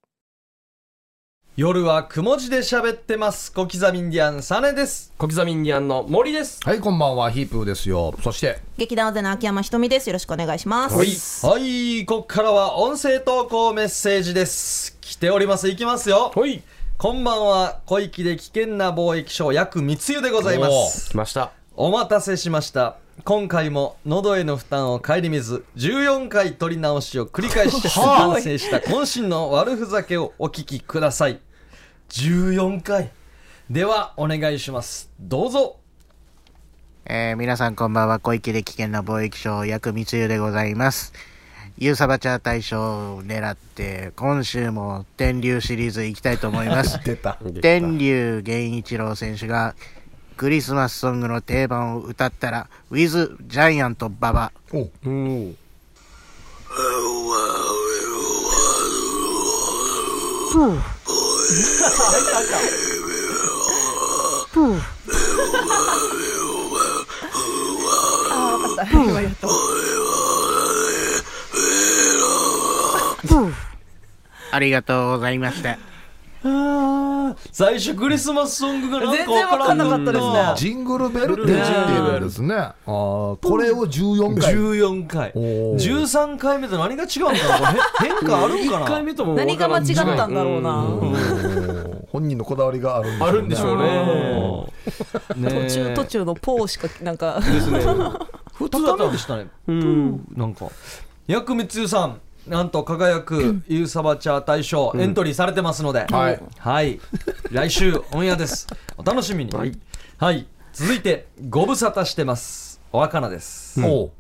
夜はくも字で喋ってます小刻みインディアンサネです小刻みインディアンの森ですはいこんばんはヒープーですよそして劇団オゼの秋山ひとみですよろしくお願いします、はいここからは音声投稿メッセージです来ておりますいきますよはいこんばんは小池で危険な貿易商約密輸でございます来ましたお待たせしました今回も喉への負担を顧みず14回取り直しを繰り返 [laughs] して完成した渾身の悪ふざけをお聞きください14回ではお願いしますどうぞえー皆さんこんばんは小池で危険な貿易商薬密輸でございますユーサバチャー大賞を狙って今週も天竜シリーズ行きたいと思 [laughs] います出た天竜源一郎選手がクリスマスソングの定番を歌ったら With ジャイアント馬場おうんありがとうございました最初クリスマスソングがなん全か然わかんなかったですねわかんなジングルベルって言ってるんですねあーこれを14回14回おー13回目と何が違うんだろうこれ変変化あるんか1回な目とも何が間違ったんだろうな、うん本人のこだわりがあるんでしょうねあるんでしょうねねえ途中途中のポーしかなんか普通だったんでしたねうんなんか薬味つゆさんなんと輝くユーサバチャー大賞エントリーされてますので、はいはい来週オンエアです [laughs] お楽しみにはい、続いてご無沙汰してます若菜です、おう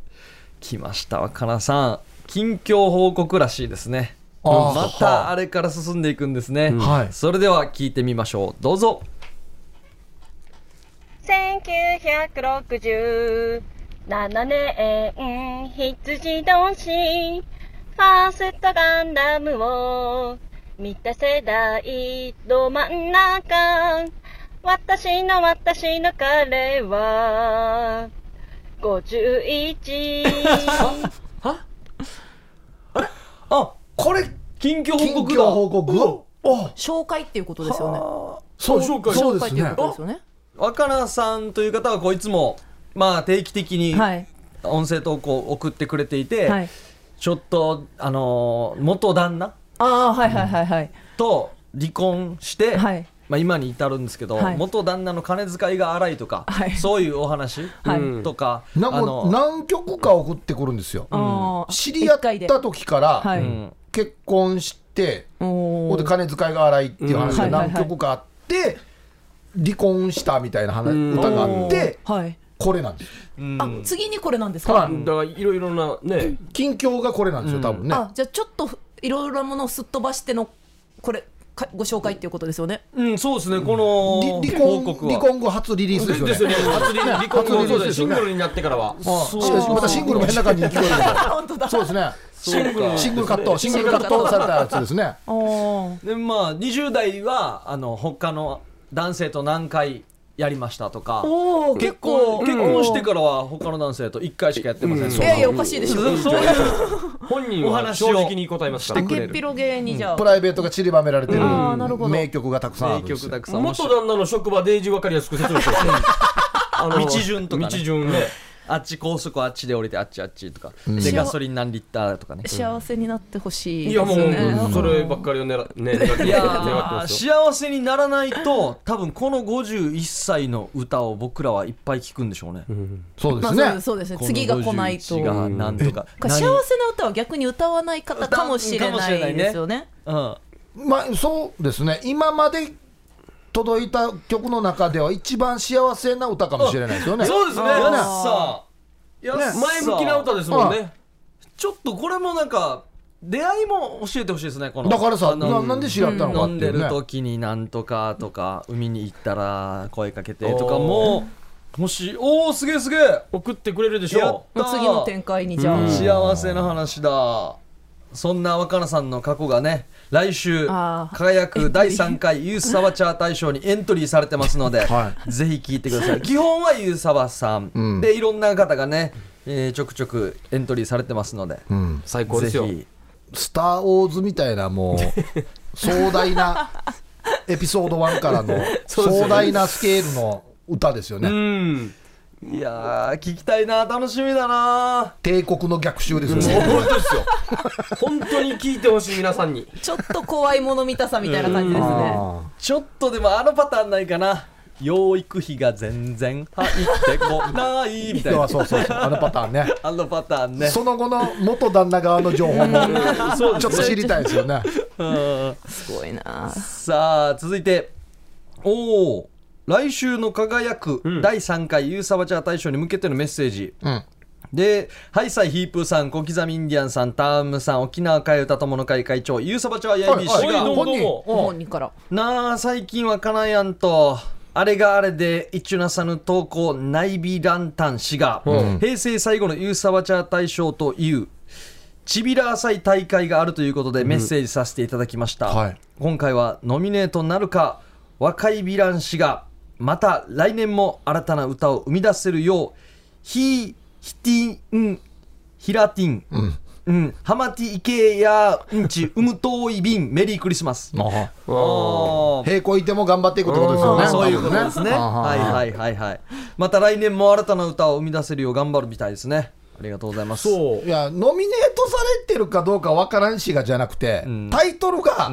来ました若菜さん近況報告らしいですねあーまたあれから進んでいくんですね、はいそれでは聞いてみましょうどうぞ1967年羊同士ファーストガンダムを見た世代ど真ん中私の私の彼は51あこれ近況近報告況だ報告紹介っていうことですよねそう紹介そう紹で介っすていうねことですよね若菜さんという方はこういつもまあ定期的にはい音声投稿を送ってくれていて、はいちょっとあのー元旦那ああはいはいはいはいと離婚して、はいまあ、今に至るんですけど、はい元旦那の金遣いが荒いとか、はいそういうお話はいとか、なんあかの何曲か送ってくるんですよあー知り合っ一回でた時かはらい、うん結婚してほおんでー金遣いが荒いっていう話がうんはいはい何はい曲かあって離婚したみたいな話歌があってはいこれなんですあ次にこれなんですか、はいだからいろいろなね近況がこれなんですよ多分ねあじゃあちょっといろいろなものをすっ飛ばしてのこれかご紹介っていうことですよね [laughs] うん、そうですねこりの離報婚告離は婚後初リリースでですすよよねね初に離婚後そう初離婚だでよすシよンねグルになってからはあしかしまたシングルも変な感じに聞こえるけど本当だそうですねそうかシングルカットシングルカットされたやつですねおーでまあ20代はあの他の男性と何回やりましたとかおー結構うん結婚してからは他の男性と1回しかやってません、いそんなやいやおかしいでしょそうそういう本人は正直に答えますからお話をしてくれゲッピロゲーにじゃあ、プライベートが散りばめられてるあーなるほど名曲がたくさんある名んです曲よたくさん面元白い旦那の職場デイジー分かりやすく説明してほしいあの道順とかね道順であっち高速あっちで降りてあっちあっちとか、んでガソリン何リッターとか [laughs] ね幸せになってほしいいやもう、ですねそればっかりを狙っ、ね、狙っていやーますよ。幸せにならないと多分この51歳の歌を僕らはいっぱい聞くんでしょうねそうでまあすそうねです。そうですね次が来ないとこの51がなんとか幸せな歌は逆に歌わない方かもしれないですよね何まあ、そうですね。今まで届いた曲の中では一番幸せな歌かもしれないですようね。ん、そうですねあーやっさいやね前向きな歌ですもんね。ちょっとこれもなんか出会いも教えてほしいですねこのだからあさ、のななんで知り合ったのか飲ってんでいうねる。時になんとかとか海に行ったら声かけてとかももしおおすげえすげえ送ってくれるでしやっょたもう次の展開にじゃあ、幸せの話だそんな若菜さんの過去がね来週あー輝く第3回 [laughs] ユースサバチャー大賞にエントリーされてますので、はぜひ聞いてください基本はユーサバさん、んでいろんな方がね、えーちょくちょくエントリーされてますので、うんう。最高ですよぜ。ひスター・ウォーズみたいなもう壮大なエピソード1からのそうですよね壮大なスケールの歌ですようね。ん。いやー聞きたいな楽しみだな帝国の逆襲ですよね。本当ですよ。本当に聞いてほしい皆さんに。ちょっと怖いもの見たさみたいな感じですねあちょっとでもあのパターンないかな養育費が全然入ってこないみたい [laughs] ーなそうそうそうあのパターンね。あのパターンねその後の元旦那側の情報もそうでちょっと知りたいですよね。すごいなさあ続いておお来週の輝く第3回ユーサバチャー大賞に向けてのメッセージ、うんでハイサイヒープーさん小刻みインディアンさんタームさん沖縄替え歌友の会会長ユーサバチャーやいびしおいどうがも本どうも人本人からなあ最近はかなやんとあれがあれで一中なさぬ投稿内ビランタン氏が、平成最後のユーサバチャー大賞というちびら浅い大会があるということでメッセージさせていただきました、はい今回はノミネートなるか若いヴィラン氏がまた来年も新たな歌を生み出せるようヒーヒティンヒラティン、うんハマティイケヤンチウムトイビンメリークリスマスああー平行いても頑張っていくってことですよね。そういうことですね。あははいははいはいはい。また来年も新たな歌を生み出せるよう頑張るみたいですね。ありがとうございます。そいやノミネートされてるかどうかわからんしがじゃなくて、タイトルが、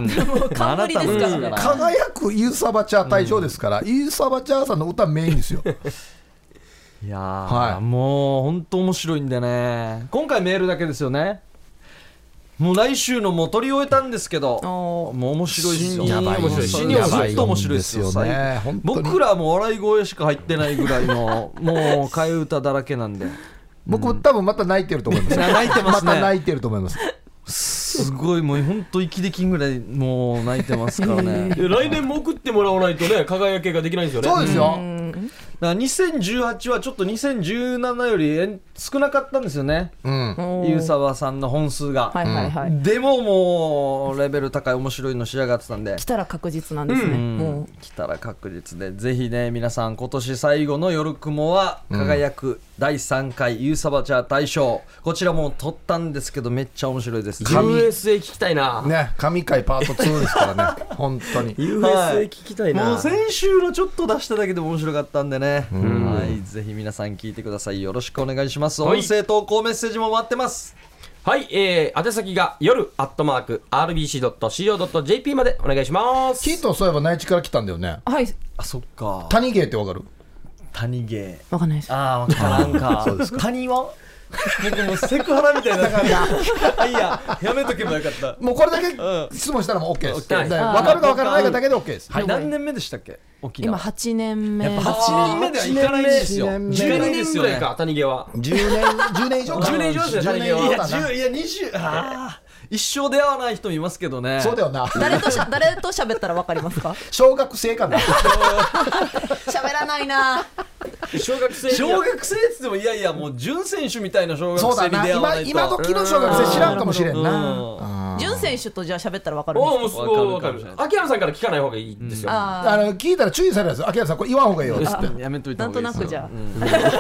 冠ですかあらねなたの歌から輝くユーサバチャー大賞ですから、ユーサバチャーさんの歌メインですよ。いやー、はいもう本当面白いんでね。今回メールだけですよね。もう来週のもう取り終えたんですけど、もおーう面白いですよ。やばい面白い死死にに面面白い。白いずっと面白いですよ。ですよね最後本当に僕らも笑い声しか入ってないぐらいの、もう替え歌だらけなんで。僕、多分また泣いてると思います。泣いてますねまた泣いてると思います。すごいもう本当息できんぐらいもう泣いてますから [laughs] ね。う。来年も送ってもらわないとね、輝けができないんですよね。そうですよ。だから2018はちょっと2017よりえん少なかったんですよね、うん。おー湯沢さんの本数が、はいはいはい、でももうレベル高い面白いの仕上がってたんで来たら確実なんですね、うんもう来たら確実でぜひね皆さん今年最後の「夜雲は輝く第3回ユーサバチャー大賞」こちらもう取ったんですけどめっちゃ面白いです神 USA 聞きたいな。ね、神回パート2ですから [laughs] ね、本当に。はいきたいもう先週のちょっと出しただけでも面白かったんでね、はい、ぜひ皆さん聞いてくださいよろしくお願いしますはい音声投稿メッセージも待ってますはい、えー、宛先が夜アットマーク RBC.CO.JP までお願いします。キートンそういえば内地から来たんだよね。はいあそっか谷芸ってわかる谷芸わかんないですああ分からんか [laughs] そうです谷は僕もうセクハラみ [laughs] たいになってるいややめとけばよかったもうこれだけう質問したらもう OK です。 OK でわかるかわからないかだけで OK です。はい何年目でしたっけ沖今縄8年目やっぱ8年目ではいかないですよ8年目いかないで年すぐよらいねか、谷毛は。 10年、10年以上か。 10年以上ですね10谷年芸以いはう上やだな10いや20あー一生出会わない人もいますけどねそうだよな。誰としゃ誰と喋ったらわかりますか小学生かな。 [laughs] 喋らないな小学生小学生っつってもいやいやもう準選手みたいな小学そう生だに出な。会わな今、いと今時の小学生知らんかもしれんな。うん潤選手とじゃあ喋ったらわかるんでおすかお、もうすごいわかわかるかもしるれ。ない秋山さんから聞かない方がいいですよ。あーあの聞いたら注意されるんですよ。秋山さん、これ言わん方がいいよっつって。やめといたな方んとがいないでくすじよゃ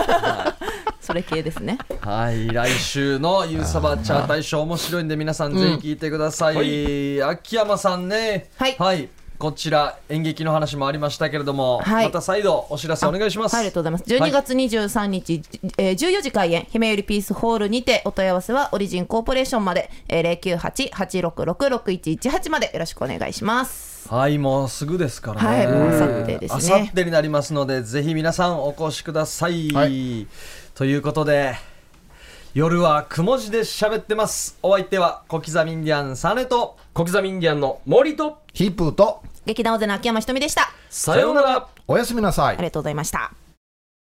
あ、 [laughs] それ系ですね。はい来週のユーサバチャー大賞面白いんで皆さんぜひ聞いてください、秋山さんねはいはいこちら演劇の話もありましたけれども、はいまた再度お知らせお願いしますはい、ありがとうございます。12月23日、えー14時開演、姫ゆりピースホールにて、お問い合わせはオリジンコーポレーションまで、えー、098-866-6118までよろしくお願いします。はいもうすぐですからね、はいもう明後日ですね明後日になりますのでぜひ皆さんお越しください、ということで夜はくも字で喋ってますお相手は小刻みインディアンサネと小刻みインディアンの森とヒップーと劇団大勢の秋山ひとみでした。さようならおやすみなさいありがとうございました。